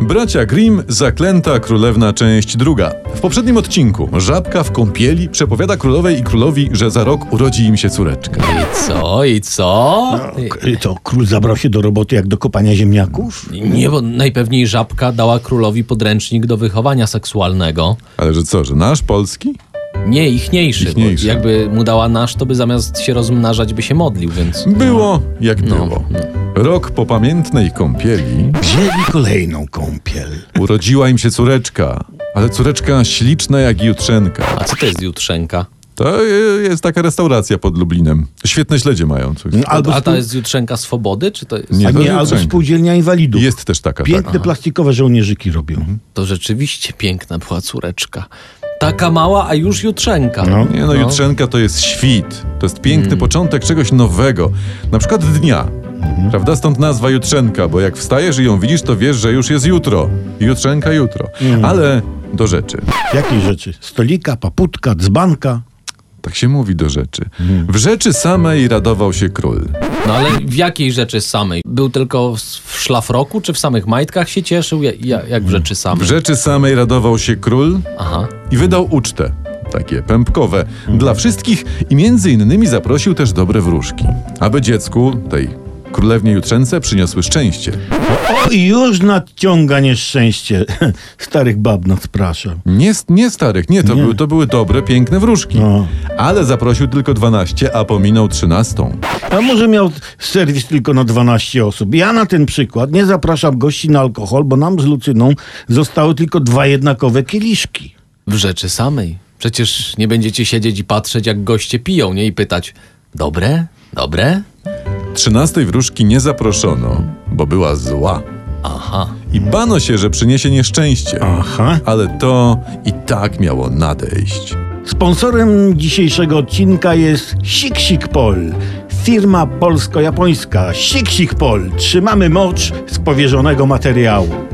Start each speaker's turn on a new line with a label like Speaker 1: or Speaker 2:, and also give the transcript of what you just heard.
Speaker 1: Bracia Grimm, Zaklęta Królewna, część druga. W poprzednim odcinku żabka w kąpieli przepowiada królowej i królowi, że za rok urodzi im się córeczka.
Speaker 2: Co i co?
Speaker 1: No,
Speaker 3: K- Co, król zabrał się do roboty jak do kopania ziemniaków?
Speaker 2: Nie, bo najpewniej żabka dała królowi podręcznik do wychowania seksualnego.
Speaker 1: Ale że co, że nasz polski?
Speaker 2: Nie, ichniejszy.
Speaker 1: Ichniejszy.
Speaker 2: Bo jakby mu dała nasz, to by zamiast się rozmnażać, by się modlił, więc...
Speaker 1: Było jak było. Rok po pamiętnej kąpieli
Speaker 3: Wzięli kolejną kąpiel.
Speaker 1: urodziła im się córeczka, ale córeczka śliczna jak jutrzenka.
Speaker 2: A co to jest jutrzenka?
Speaker 1: To y, jest taka restauracja pod Lublinem. Świetne śledzie mają. Coś.
Speaker 3: Albo
Speaker 2: No, A
Speaker 3: spół...
Speaker 2: ta jest jutrzenka swobody, czy to jest...
Speaker 1: Nie.
Speaker 3: A
Speaker 1: to
Speaker 3: nie,
Speaker 1: jest
Speaker 3: albo
Speaker 1: Zenk.
Speaker 3: spółdzielnia inwalidów.
Speaker 1: Jest też taka.
Speaker 3: Piękne
Speaker 1: taka.
Speaker 3: plastikowe żołnierzyki robią.
Speaker 2: To rzeczywiście piękna była córeczka. Taka mała, a już jutrzenka.
Speaker 3: No.
Speaker 1: Nie no, jutrzenka to jest świt. To jest piękny początek czegoś nowego. Na przykład dnia. Prawda? Stąd nazwa jutrzenka, bo jak wstajesz i ją widzisz, to wiesz, że już jest jutro. Jutrzenka jutro. Ale do rzeczy.
Speaker 3: Jakiej rzeczy? Stolika, paputka, dzbanka.
Speaker 1: Tak się mówi do rzeczy. W rzeczy samej radował się król.
Speaker 2: No ale w jakiej rzeczy samej? Był tylko w w szlafroku, czy w samych majtkach się cieszył? Ja, ja, jak w rzeczy
Speaker 1: W
Speaker 2: samej?
Speaker 1: rzeczy samej radował się król
Speaker 2: Aha.
Speaker 1: i wydał ucztę. Takie pępkowe. Dla wszystkich i między innymi zaprosił też dobre wróżki. Aby dziecku, tej królewnie jutrzence, przyniosły szczęście.
Speaker 3: O, i No, już nadciąga nieszczęście. Starych bab nadpraszam.
Speaker 1: Nie, nie starych, nie, to, Były, to były dobre, piękne wróżki.
Speaker 3: No.
Speaker 1: Ale zaprosił tylko 12, a pominął 13.
Speaker 3: A może miał serwis tylko na 12 osób. Ja na ten przykład nie zapraszam gości na alkohol, bo nam z Lucyną zostały tylko dwa jednakowe kieliszki.
Speaker 2: W rzeczy samej. Przecież nie będziecie siedzieć i patrzeć, jak goście piją, nie? I pytać, dobre? Dobre?
Speaker 1: 13 wróżki nie zaproszono, bo była zła.
Speaker 2: Aha.
Speaker 1: I bano się, że przyniesie nieszczęście.
Speaker 3: Aha.
Speaker 1: Ale to i tak miało nadejść.
Speaker 3: Sponsorem dzisiejszego odcinka jest Siksikpol, firma polsko-japońska Siksikpol. Trzymamy mocz z powierzonego materiału.